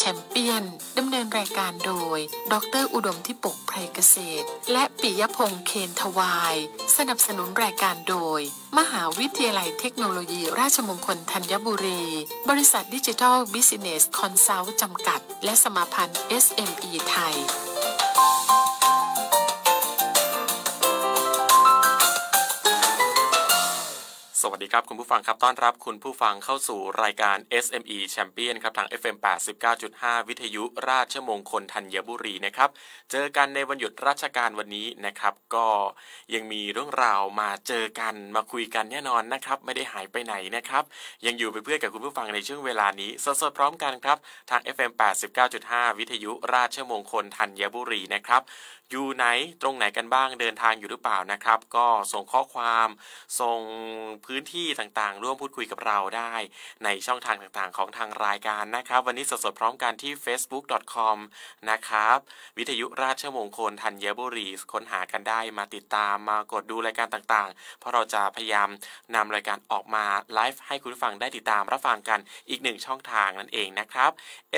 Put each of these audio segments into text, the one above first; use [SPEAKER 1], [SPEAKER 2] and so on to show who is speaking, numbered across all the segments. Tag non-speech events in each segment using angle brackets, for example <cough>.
[SPEAKER 1] ชมเปี้ยน ดำเนินรายการโดย ดรอุดมทิปกไพรเกษตร และปิยพงษ์เคนทวาย สนับสนุนรายการโดย มหาวิทยาลัยเทคโนโลยีราชมงคลธัญบุรี บริษัทดิจิทัลบิสเนสคอนซัลท์จำกัด และสมาพันธ์ SME ไทย
[SPEAKER 2] สวัสดีครับ คุณผู้ฟังครับต้อนรับคุณผู้ฟังเข้าสู่รายการ SME Champion ครับ ทาง FM 89.5 วิทยุราชมงคลธัญบุรีนะครับ เจอกันในวันหยุดราชการวันนี้นะครับ ก็ยังมีเรื่องราวมาเจอกันมาคุยกันแน่นอนนะครับ ไม่ได้หายไปไหนนะครับ ยังอยู่เป็นเพื่อนกับคุณผู้ฟังในช่วงเวลานี้สดๆพร้อมกันครับ ทาง FM 89.5 วิทยุราชมงคลธัญบุรีนะครับ อยู่ไหนตรงไหนกันบ้างเดินทางอยู่หรือเปล่านะครับ ก็ส่งข้อความส่งพื้นที่ต่างๆ ร่วมพูดคุยกับเราได้ ในช่องทางต่างๆ ของทางรายการนะครับ วันนี้สดๆพร้อมกันที่ facebook.com นะครับ วิทยุราชมงคลธัญบุรีค้นหากันได้มาติดตามมากดดูรายการต่างๆ เพราะเราจะพยายามนำรายการออกมาไลฟ์ให้คุณผู้ฟังได้ติดตามรับฟังกันอีกหนึ่งช่องทางนั่นเองนะครับ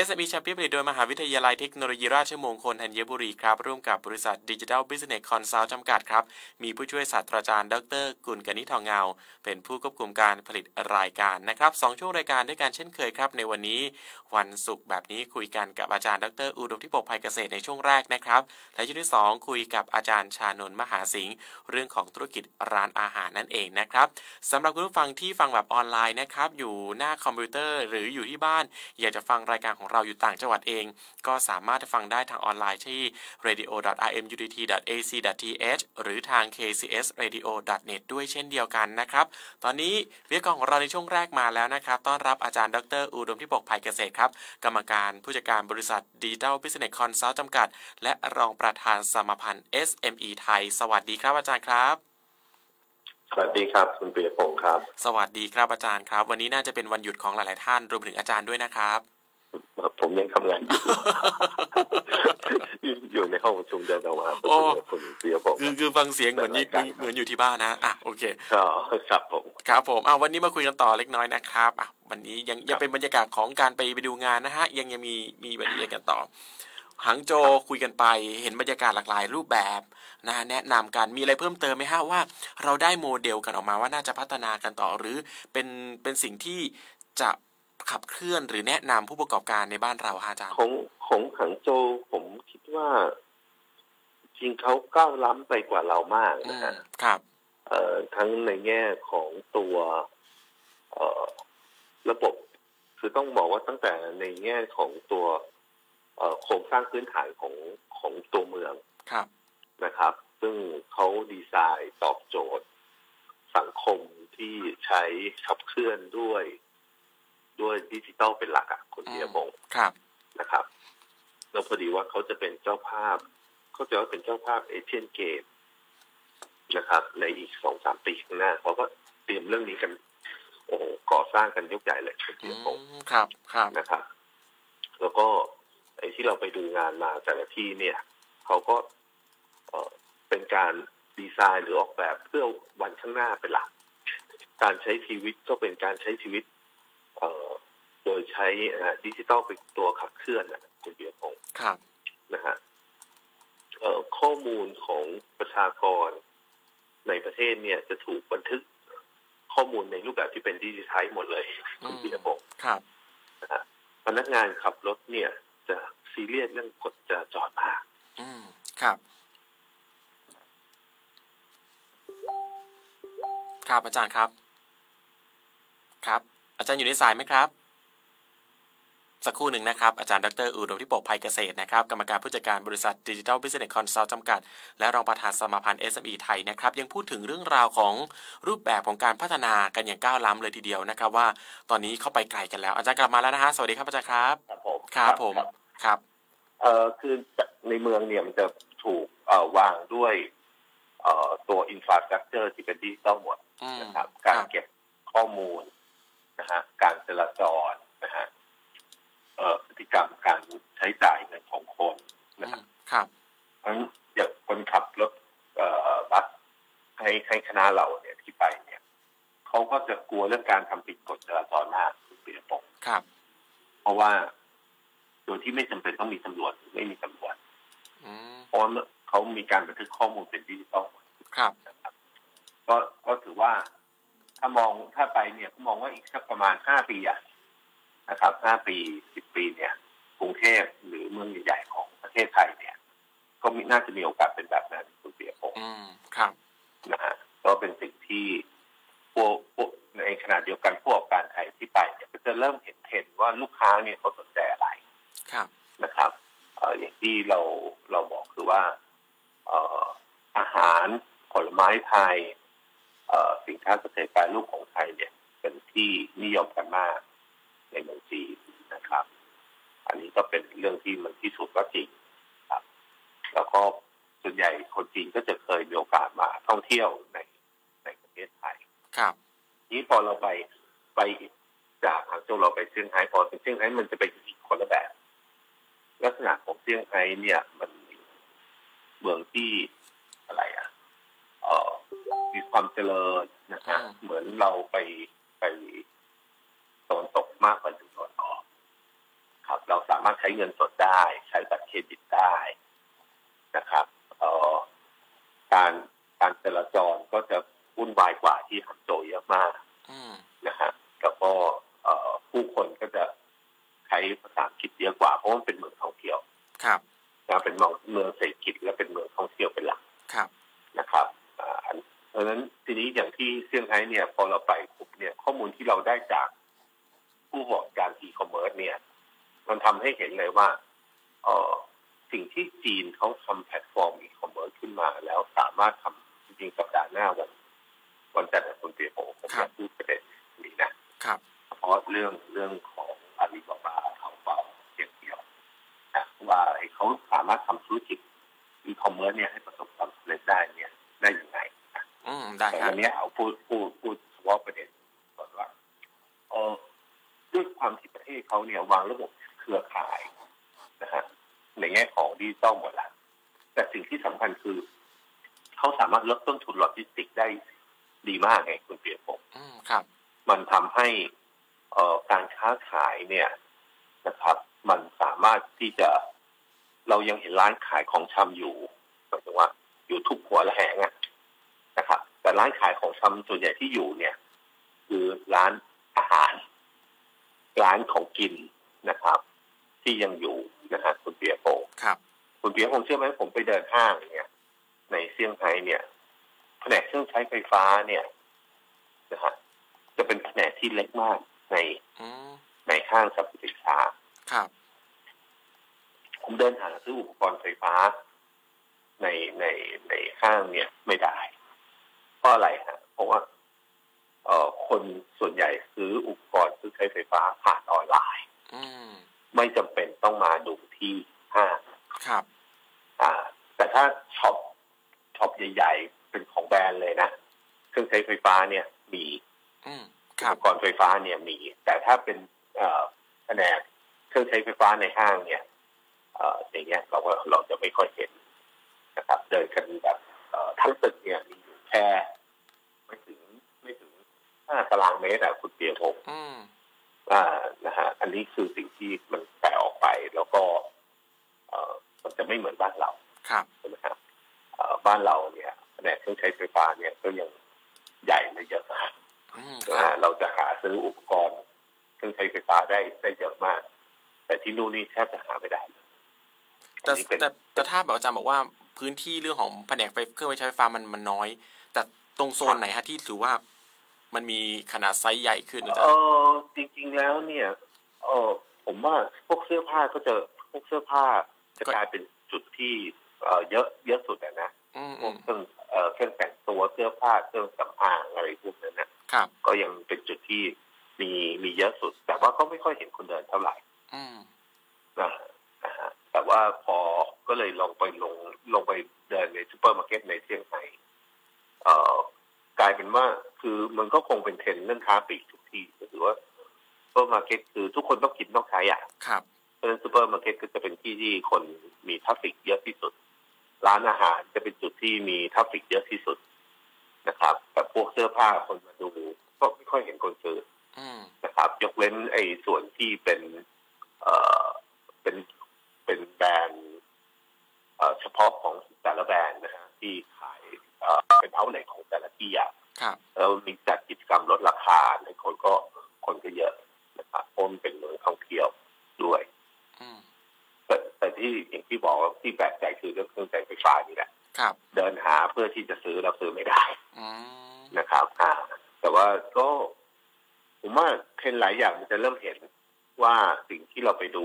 [SPEAKER 2] SME แชมเปี้ยนผลิตโดยมหาวิทยาลัยเทคโนโลยีราชมงคลธัญบุรีครับ ร่วมกับบริษัทดิจิทัลบิสเนสคอนซัลท์จำกัดครับ มีผู้ช่วยศาสตราจารย์ดรกุลกนิษฐ์ทองเงา เป็นผู้ควบคุมการผลิตรายการนะครับสองช่วงรายการด้วยกันเช่นเคยครับ ในวันนี้วันศุกร์แบบนี้คุยกันกับอาจารย์ดรอุดมทิพย์ภัยเกษตรในช่วงแรกนะครับ และช่วงที่สองคุยกับอาจารย์ชานนท์มหาสิงห์เรื่องของธุรกิจร้านอาหารนั่นเองนะครับสำหรับคุณผู้ฟังที่ฟังแบบออนไลน์นะครับอยู่หน้าคอมพิวเตอร์หรืออยู่ที่บ้าน อยากจะฟังรายการของเราอยู่ต่างจังหวัดเอง ก็สามารถฟังได้ทางออนไลน์ที่ radio.rmudt.ac.th หรือทาง kcsradio.net ด้วยเช่นเดียวกันนะครับ ตอนนี้วิทยากรของเราในช่วงแรกมาแล้วนะครับ ต้อนรับอาจารย์ดรอุดมที่ปกภัยเกษตรครับ กรรมการผู้จัดการบริษัทดิจิทัลบิสเนสคอนซัลท์จำกัด และรองประธานสมาพันธ์ SME ไทย สวัสดีครับอาจารย์ครับ
[SPEAKER 3] สวัสดีครับ คุณปิยพงศ์ครับ
[SPEAKER 2] สวัสดีครับอาจารย์ครับ วันนี้น่าจะเป็นวันหยุดของหลายๆท่านรวมถึงอาจารย์ด้วยนะครับ
[SPEAKER 3] ผมยังทำงานอยู่ อยู่ <laughs> ในห้องประชุมเดินออกมาประชุมกับคุณปิยพงศ์
[SPEAKER 2] คือคือฟังเสียงเหมือน
[SPEAKER 3] เป็นรายการ
[SPEAKER 2] เหมือนอยู่ที่บ้านนะอ่ะโอเค
[SPEAKER 3] ก็ครับผม
[SPEAKER 2] ครับผมอ่ะวันนี้มาคุยกันต่อเล็กน้อยนะครับอ่ะวันนี้ยังยัง
[SPEAKER 3] ครับ
[SPEAKER 2] เป็นบรรยากาศของการไปไปดูงานนะฮะ ยังยังมีมีบรรยากาศกันต่อหางโจคุยกันไปเห็นบรรยากาศหลากหลายรูปแบบนะแนะนำกันมีอะไรเพิ่มเติมไหมฮะว่า เราได้โมเดลกันออกมาว่าน่าจะพัฒนากันต่อหรือเป็นเป็นสิ่งที่จะขับเคลื่อนหรือแนะนำผู้ประกอบการในบ้านเราฮะอาจารย์
[SPEAKER 3] ของของหังโจวผมคิดว่า จริงเขาก้าวล้ำไปกว่าเรามาก
[SPEAKER 2] อื
[SPEAKER 3] นะ
[SPEAKER 2] ม
[SPEAKER 3] ฮะ
[SPEAKER 2] ครับ
[SPEAKER 3] เอ่อทั้งในแง่ของตัวเอ่อระบบ คือต้องบอกว่าตั้งแต่ในแง่ของตัว เอ่อโครงสร้างพื้นฐานของของตัวเมือง
[SPEAKER 2] ครับ
[SPEAKER 3] นะครับ ซึ่งเขาดีไซน์ตอบโจทย์ สังคมที่ใช้ขับเคลื่อนด้วย ด้วยดิจิทัลเป็นหลักอะคุณ
[SPEAKER 2] อืม
[SPEAKER 3] เดียมง
[SPEAKER 2] ครับ
[SPEAKER 3] นะครับ แล้วพอดีว่าเขาจะเป็นเจ้าภาพ เขาจะว่าเป็นเจ้าภาพเอเชียนเกมนะครับ ในอีกสองสามปีข้างหน้าเขาก็เตรียมเรื่องนี้กัน โอ้โหก่อสร้างกันยกใหญ่เลยคุณ
[SPEAKER 2] อื
[SPEAKER 3] เดียมง
[SPEAKER 2] มครับครับ
[SPEAKER 3] นะครับ แล้วก็ไอ้ที่เราไปดูงานมาแต่ละที่เนี่ยเขาก็เอ่อเป็นการดีไซน์หรือออกแบบเพื่อวันข้างหน้าเป็นหลัก การใช้ชีวิตก็เป็นการใช้ชีวิต เอ่อโดยใช้ดิจิตอลเป็นตัวขับเคลื่อนนะคุณเบียร์พงศ์
[SPEAKER 2] ครับ
[SPEAKER 3] นะฮะเอ่อข้อมูลของประชากรในประเทศเนี่ยจะถูกบันทึกข้อมูลในรูปแบบที่เป็นดิจิทัลหมดเลย
[SPEAKER 2] อื
[SPEAKER 3] คุณ
[SPEAKER 2] ม
[SPEAKER 3] เบียร์พงศ์
[SPEAKER 2] ครับ
[SPEAKER 3] พนักงานขับรถเนี่ย จะซีเรียสเรื่องกฎจราจรมาก
[SPEAKER 2] อืมครับ ครับอาจารย์ครับ ครับ อาจารย์อยู่ในสายไหมครับ สักครู่หนึ่งนะครับ อาจารย์ดรอุดมที่ปกภัยเกษตรนะครับ กรรมการผู้จัดการบริษัทดิจิทัลบิสเนสคอนซัลท์จำกัด และรองประธานสมาพันธ์ SME ไทยนะครับ ยังพูดถึงเรื่องราวของรูปแบบของการพัฒนากันอย่างก้าวล้ำเลยทีเดียวนะครับ ว่าตอนนี้เข้าไปไกลกันแล้ว อาจารย์กลับมาแล้วนะฮะสวัสดีครับอาจารย์ครับ
[SPEAKER 3] ครับผม
[SPEAKER 2] ครับผมครับ
[SPEAKER 3] เอ่อคือในเมืองเนี่ยมันจะถูกเอ่อวางด้วยเอ่อตัวอินฟ a า t r u ั t เจอร์ที่เป็นดิจิตอลหมด
[SPEAKER 2] อืม
[SPEAKER 3] นะครับ การเก็บข้อมูลนะฮะการจราจรนะฮะเอ่อพฤติกรรมการใช้จ่ายเงินของคน
[SPEAKER 2] อื
[SPEAKER 3] นะฮะ
[SPEAKER 2] มครับ
[SPEAKER 3] เพราะฉะนั้นอย่างคนขับรถเอ่อบัสให้ให้คณะเราเนี่ยที่ไปเนี่ยเขาก็จะกลัวเรื่องการทำผิดกฎจราจรมากคุณเปียพงษ์
[SPEAKER 2] ครับ
[SPEAKER 3] เพราะว่า โดยที่ไม่จำเป็นต้องมีตำรวจหรือไม่มีตำรวจ
[SPEAKER 2] อืม
[SPEAKER 3] เพราะว่าเขามีการบันทึกข้อมูลเป็นดิจิตอล
[SPEAKER 2] ครับ
[SPEAKER 3] ก็ก็ถือว่าถ้ามองถ้าไปเนี่ยก็มองว่าอีกสักประมาณห้าปีอะนะครับห้าปีสิบปีเนี่ยกรุงเทพหรือเมืองใหญ่ๆของประเทศไทยเนี่ย ก็มีน่าจะมีโอกาสเป็นแบบนั้นคุณเปียพงศ์
[SPEAKER 2] อืมครับ
[SPEAKER 3] นะฮะก็เป็นสิ่งที่พวกพวกในขณะเดียวกันผู้ประกอบการไทยที่ไปเนี่ยก็จะเริ่มเห็นเทรนด์ว่าลูกค้าเนี่ยเขาสนใจอะไร
[SPEAKER 2] ครับ
[SPEAKER 3] นะครับเอ่ออย่างที่เราเราบอกคือว่าเอ่ออาหารผลไม้ไทยเอ่อสินค้าเกษตรแปรรูปของไทยเนี่ย เป็นที่นิยมกันมากในเมืองจีนนะครับ อันนี้ก็เป็นเรื่องที่มันที่สุดว่าจริงครับ แล้วก็ส่วนใหญ่คนจีนก็จะเคยมีโอกาสมาท่องเที่ยวในในประเทศไทย
[SPEAKER 2] ครับ
[SPEAKER 3] นี้พอเราไปไปจากหางโจวเราไปเซี่ยงไฮ้พอถึงเซี่ยงไฮ้มันจะเป็นอีกคนละแบบ ลักษณะของเซี่ยงไฮ้เนี่ยมันเมืองที่อะไรอ่ะเออมีความเจริญนะฮะ
[SPEAKER 2] อืม
[SPEAKER 3] เหมือนเราไปไปตะวันตกมากกว่าถึงตะวันออกครับ เราสามารถใช้เงินสดได้ ใช้บัตรเครดิตได้นะครับเออการการจราจรก็จะวุ่นวายกว่าที่หางโจวเยอะมาก
[SPEAKER 2] อืม
[SPEAKER 3] นะฮะแล้วก็เอ่อผู้คนก็จะใช้ภาษาอังกฤษเยอะกว่า เพราะมันเป็นเมืองท่องเที่ยว
[SPEAKER 2] ครับ
[SPEAKER 3] นะเป็นเมืองเมืองเศรษฐกิจและเป็นเมืองท่องเที่ยวเป็นหลัก
[SPEAKER 2] ครับ
[SPEAKER 3] นะครับอ่าอันเพราะฉะนั้นทีนี้อย่างที่เซี่ยงไฮ้เนี่ย พอเราไปปุ๊บเนี่ยข้อมูลที่เราได้จากผู้ประกอบการอีคอมเมิร์ซเนี่ย มันทำให้เห็นเลยว่าเออสิ่งที่จีนเขาทำแพลตฟอร์มอีคอมเมิร์ซขึ้นมา แล้วสามารถทำจริงๆสัปดาห์หน้าวันวันจันทร์คุณเปียโอผมจะพูดประเด็นนี้นะ
[SPEAKER 2] ครับ
[SPEAKER 3] เฉพาะเรื่องเรื่องของอาลีบาบาเขาเปล่าอย่างเดียวนะว่าไอ้เขาสามารถทำธุรกิจอีคอมเมิร์ซเนี่ยให้ประสบความสำเร็จได้เนี่ยได้ยังไงนะ
[SPEAKER 2] อืมได้
[SPEAKER 3] แต่
[SPEAKER 2] ครั
[SPEAKER 3] วั
[SPEAKER 2] บ
[SPEAKER 3] นเนี้ยเอาพูดพูดพูดเฉพาะประเด็นก่อนว่าเออด้วยความที่ประเทศเขาเนี่ยวางระบบเครือข่ายนะฮะในแง่ของดิจิตอลหมดละแต่สิ่งที่สำคัญคือ เขาสามารถลดต้นทุนโลจิสติกส์ได้ดีมากไงคุณเปียพงษ์
[SPEAKER 2] อืมครับ
[SPEAKER 3] มันทำให้เอ่อการค้าขายเนี่ยนะครับ มันสามารถที่จะเรายังเห็นร้านขายของชำอยู่หมายถึงว่า อยู่ทุกหัวระแหงอะนะครับ แต่ร้านขายของชำส่วนใหญ่ที่อยู่เนี่ย คือร้านอาหาร ร้านของกินนะครับ ที่ยังอยู่นะฮะคุณเปียโป
[SPEAKER 2] ครับ
[SPEAKER 3] คุณเปียกผมเชื่อไหมผมไปเดินห้างเนี่ยในเซี่ยงไฮ้เนี่ย แผนกเครื่องใช้ไฟฟ้าเนี่ยนะฮะจะเป็นแผนกที่เล็กมากใน
[SPEAKER 2] อืม
[SPEAKER 3] ในห้างสรรพสินค้า
[SPEAKER 2] ครับ
[SPEAKER 3] ผมเดินหาซื้ออุปกรณ์ไฟฟ้า ในในในห้างเนี่ยไม่ได้ เพราะอะไรฮะเพราะว่าเอ่อคนส่วนใหญ่ซื้ออุปกรณ์ซื้อใช้ไฟฟ้าผ่านออนไลน์
[SPEAKER 2] อืม
[SPEAKER 3] ไม่จำเป็นต้องมาดูที่ห้าง
[SPEAKER 2] ครับ
[SPEAKER 3] อ่าแต่ถ้าช็อปช็อปใหญ่ๆ เป็นของแบรนด์เลยนะเครื่องใช้ไฟฟ้าเนี่ยมี
[SPEAKER 2] อืมค
[SPEAKER 3] อุ
[SPEAKER 2] รั
[SPEAKER 3] ป
[SPEAKER 2] บ
[SPEAKER 3] กรณ์ไฟฟ้าเนี่ยมี แต่ถ้าเป็นเอ่อแผนกเครื่องใช้ไฟฟ้าในห้างเนี่ยเอ่ออย่างเงี้ยเราก็เราจะไม่ค่อยเห็นนะครับเดินกันแบบเอ่อทั้งตึกเนี่ยมีอยู่แค่ไม่ถึงไม่ถึงห้าตารางเมตรอะคุณเปียโท
[SPEAKER 2] อืม
[SPEAKER 3] อ่านะฮะอันนี้คือสิ่งที่มันแตกออกไปแล้วก็เอ่อมันจะไม่เหมือนบ้านเรา
[SPEAKER 2] ครับ
[SPEAKER 3] ใช่ไหมครับเอ่อบ้านเราเนี่ยแผนกเครื่องใช้ไฟฟ้าเนี่ยก็ยังใหญ่และเยอะมาก
[SPEAKER 2] อืมค
[SPEAKER 3] นะ
[SPEAKER 2] รับ
[SPEAKER 3] ฮะเราจะหาซื้ออุปกรณ์เครื่องใช้ไฟฟ้าได้ได้เยอะมาก แต่ที่นู่นนี่แทบจะหาไม่ได้เลย
[SPEAKER 2] แต่
[SPEAKER 3] อันนี้เป็น
[SPEAKER 2] แต่แต่ถ้าแบบอาจารย์บอกว่าพื้นที่เรื่องของแผนกไฟเครื่องไฟใช้ไฟฟ้ามันมันน้อย แต่ตรงโซนไหนฮะที่ถือว่ามันมีขนาดไซส์ใหญ่ขึ้นอาจาร
[SPEAKER 3] เอ
[SPEAKER 2] ย์
[SPEAKER 3] อจริง ๆแล้วเนี่ยเออผมว่าพวกเสื้อผ้าก็จะพวกเสื้อผ้าจะกลายเป็นจุดที่เอ่อเยอะเยอะสุดอะนะ
[SPEAKER 2] อืม
[SPEAKER 3] พ
[SPEAKER 2] อื
[SPEAKER 3] วก
[SPEAKER 2] ม
[SPEAKER 3] เครื่องเอ่อเครื่องแต่งตัวเสื้อผ้าเครื่องสำอางอะไรพวกนั้นนะครับ ก็ยังเป็นจุดที่มีมีเยอะสุด แต่ว่าก็ไม่ค่อยเห็นคนเดินเท่าไหร่
[SPEAKER 2] อืม
[SPEAKER 3] นะฮะแต่ว่าพอก็เลยลองไปลงลงไปเดินในซูเปอร์มาร์เก็ตในเซี่ยงไฮ้เอ่อกลายเป็นว่าคือมันก็คงเป็นเทรนด์เรื่องค้าปลีกทุกที่ก็คือว่าซูเปอร์มาร์เก็ตคือทุกคนต้องกินต้องใช้อ่ะ
[SPEAKER 2] ครับ
[SPEAKER 3] เพราะฉะนั้นซูเปอร์มาร์เก็ตก็จะเป็นที่ที่คนมีทัฟฟิกเยอะที่สุด ร้านอาหารจะเป็นจุดที่มีทัฟฟิกเยอะที่สุดนะครับ แต่พวกเสื้อผ้าคนมาดูก็ไม่ค่อยเห็นคนซื้อ
[SPEAKER 2] อืม
[SPEAKER 3] นะครับยกเว้นไอ้ส่วนที่เป็น เอ่อ เป็นเป็นแบรนด์เอ่อเฉพาะของแต่ละแบรนด์นะฮะที่ขายเอ่อเป็นเท่าไหนของแต่ละที่อ่ะ
[SPEAKER 2] ครับ
[SPEAKER 3] แล้วมีจัดกิจกรรมลดราคาในคนก็คนก็เยอะนะครับเพราะมันเป็นเมืองท่องเที่ยวด้วย
[SPEAKER 2] อืม
[SPEAKER 3] แต่แต่ที่อย่างที่บอกว่าที่แปลกใจคือเรื่องเครื่องใช้ไฟฟ้านี่แหละ
[SPEAKER 2] ครับ
[SPEAKER 3] เดินหาเพื่อที่จะซื้อแล้วซื้อไม่ได้
[SPEAKER 2] อืม
[SPEAKER 3] นะครับอ่าแต่ว่าก็ผมว่าเทรนด์หลายอย่างมันจะเริ่มเห็นว่าสิ่งที่เราไปดู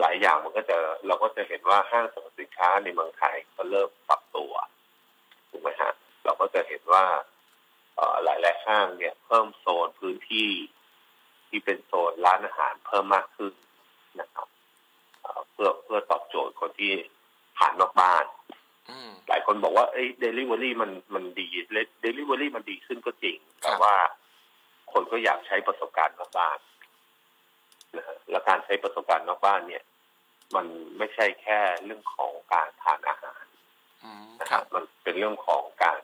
[SPEAKER 3] หลายอย่างมันก็จะเราก็จะเห็นว่าห้างสรรพสินค้าในเมืองไทยก็เริ่มปรับตัวถูกไหมฮะเราก็จะเห็นว่าเอ่อหลายหลายๆห้างเนี่ย เพิ่มโซนพื้นที่ ที่เป็นโซนร้านอาหารเพิ่มมากขึ้นนะครับ เอ่อเพื่อเพื่อตอบโจทย์คนที่ผ่านนอกบ้าน
[SPEAKER 2] อืม
[SPEAKER 3] หลายคนบอกว่าเอ้ยเดลิเวอรี่มันมันดีเดลิเวอรี่มันดีขึ้นก็จริง
[SPEAKER 2] ครับ
[SPEAKER 3] แต่ว่าคนก็อยากใช้ประสบการณ์นอกบ้านนะฮะและการใช้ประสบการณ์นอกบ้านเนี่ย มันไม่ใช่แค่เรื่องของการทานอาหาร
[SPEAKER 2] อืม
[SPEAKER 3] นะ
[SPEAKER 2] ค
[SPEAKER 3] ครั
[SPEAKER 2] รั
[SPEAKER 3] บบ มันเป็นเรื่องของการ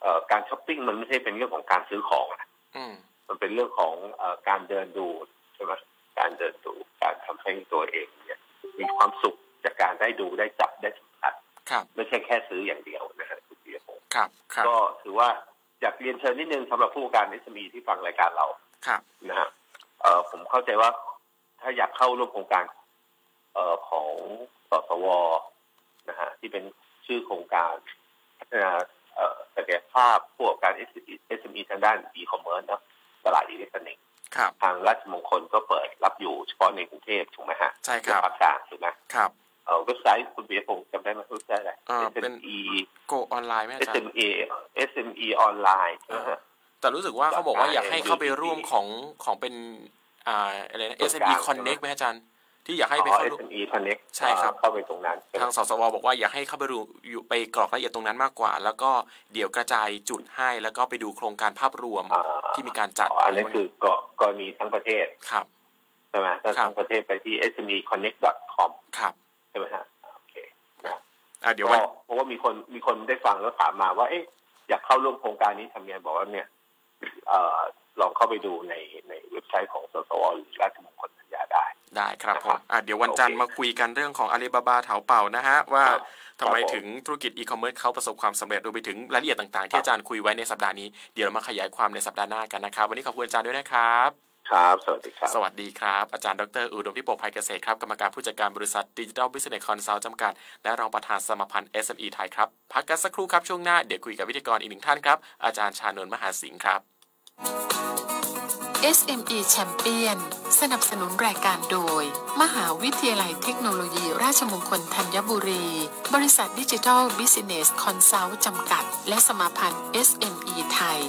[SPEAKER 3] เอ่อการช้อปปิ้งมันไม่ใช่เป็นเรื่องของการซื้อของนะ
[SPEAKER 2] อืม
[SPEAKER 3] มันเป็นเรื่องของเอ่อการเดินดูใช่ไหมการเดินดูการทำให้ตัวเองเนี่ย มีความสุขจากการได้ดูได้จับได้สัมผัส
[SPEAKER 2] ครับ
[SPEAKER 3] ไม่ใช่แค่ซื้ออย่างเดียวนะฮะคุณปียพงศ์
[SPEAKER 2] ครับครับ
[SPEAKER 3] ก็ถือว่าอยากเรียนเชิญนิดนึงสำหรับผู้ประการนิสมีที่ฟังรายการเรา
[SPEAKER 2] ครับ
[SPEAKER 3] นะฮะเอ่อผมเข้าใจว่าถ้าอยากเข้าร่วมโครงการเอ่อของสสวนะฮะที่เป็นชื่อโครงการพัฒนาเอ่อศักยภาพผู้ประกอบการ SME ทางด้าน e-commerce นะตลาดอิเล็กทรอนิกส์
[SPEAKER 2] ครับ
[SPEAKER 3] ทางราชมงคลก็เปิดรับอยู่เฉพาะในกรุงเทพถูกไหมฮะ
[SPEAKER 2] ใช่ครับ
[SPEAKER 3] และภาคกลางถูกไหม
[SPEAKER 2] ครับ
[SPEAKER 3] เอ่อเว็บไซต์คุณเบียพงศ์จำได้ไหมเว็บไซต์อะไร
[SPEAKER 2] อ่าเป็น
[SPEAKER 3] SME
[SPEAKER 2] โกออนไลน์ไหมอาจารย์
[SPEAKER 3] SME SME ออนไลน์
[SPEAKER 2] อ่า แต่รู้สึกว่าเขาบอกว่าอยากให้เข้าไปร่วมของของเป็นอ่าอะไรนะ SME Connect ไหมอาจารย์ ที่อยากให้ไป
[SPEAKER 3] อ๋อ
[SPEAKER 2] เข้าร่วม
[SPEAKER 3] SME Connect
[SPEAKER 2] ใช่ครับ
[SPEAKER 3] เข้าไปตรงนั้น
[SPEAKER 2] ทางสสวบอกว่าอยากให้เข้าไปดูอยู่ไปกรอกรายละเอียดตรงนั้นมากกว่า แล้วก็เดี๋ยวกระจายจุดให้แล้วก็ไปดูโครงการภาพรวม
[SPEAKER 3] อ่า
[SPEAKER 2] ที่มีการจัด
[SPEAKER 3] อ๋ออันนั้นคือเกาะกรณีทั้งประเทศ
[SPEAKER 2] ครับ
[SPEAKER 3] ใช่ไหมถ้า
[SPEAKER 2] ครับ
[SPEAKER 3] ทั้งประเทศไปที่ SME Connect com
[SPEAKER 2] ครับ
[SPEAKER 3] ใช่ไหมฮะโอเคนะ
[SPEAKER 2] อ่ะเดี๋ยววั
[SPEAKER 3] ก็
[SPEAKER 2] น
[SPEAKER 3] เพราะว่ามีคนมีคนได้ฟังแล้วถามมาว่าเอ๊ะอยากเข้าร่วมโครงการนี้ทำไงบอกว่าเนี่ยเอ่อลองเข้าไปดูในในเว็บไซต์ของสสวหรือราชมงคลสัญญาได้
[SPEAKER 2] ได้ครับผมอ่ะเดี๋ยววันจันทร์มาคุยกันเรื่องของอาลีบาบาเถาเป่านะฮะว่า
[SPEAKER 3] ครับ
[SPEAKER 2] ทำไม
[SPEAKER 3] ครับผม
[SPEAKER 2] ถึงธุรกิจอีคอมเมิร์ซเขาประสบความสำเร็จรวมไปถึงรายละเอียดต่างๆ ที่อาจารย์คุยไว้ในสัปดาห์นี้เดี๋ยวเรามาขยายความในสัปดาห์หน้ากันนะครับวันนี้ขอบคุณอาจารย์ด้วยนะครับ
[SPEAKER 3] ครับ สวัสดีครับ
[SPEAKER 2] สวัสดีครับ อาจารย์ดรอุดมพิปกภัยเกษตรครับ กรรมการผู้จัดการบริษัทดิจิทัลบิสเนสคอนซัลท์จำกัด และรองประธานสมาพันธ์ SME ไทยครับ พักกันสักครู่ครับ ช่วงหน้า เดี๋ยวคุยกับวิทยากรอีกหนึ่งท่านครับ อาจารย์ชานนท์มหาสิงห์ครับ
[SPEAKER 1] SME Champion สนับสนุนรายการโดย มหาวิทยาลัยเทคโนโลยี ราชมงคลธัญบุรี บริษัทดิจิทัลบิสเนสคอนซัลท์จำกัด และสมาพันธ์ SME ไทย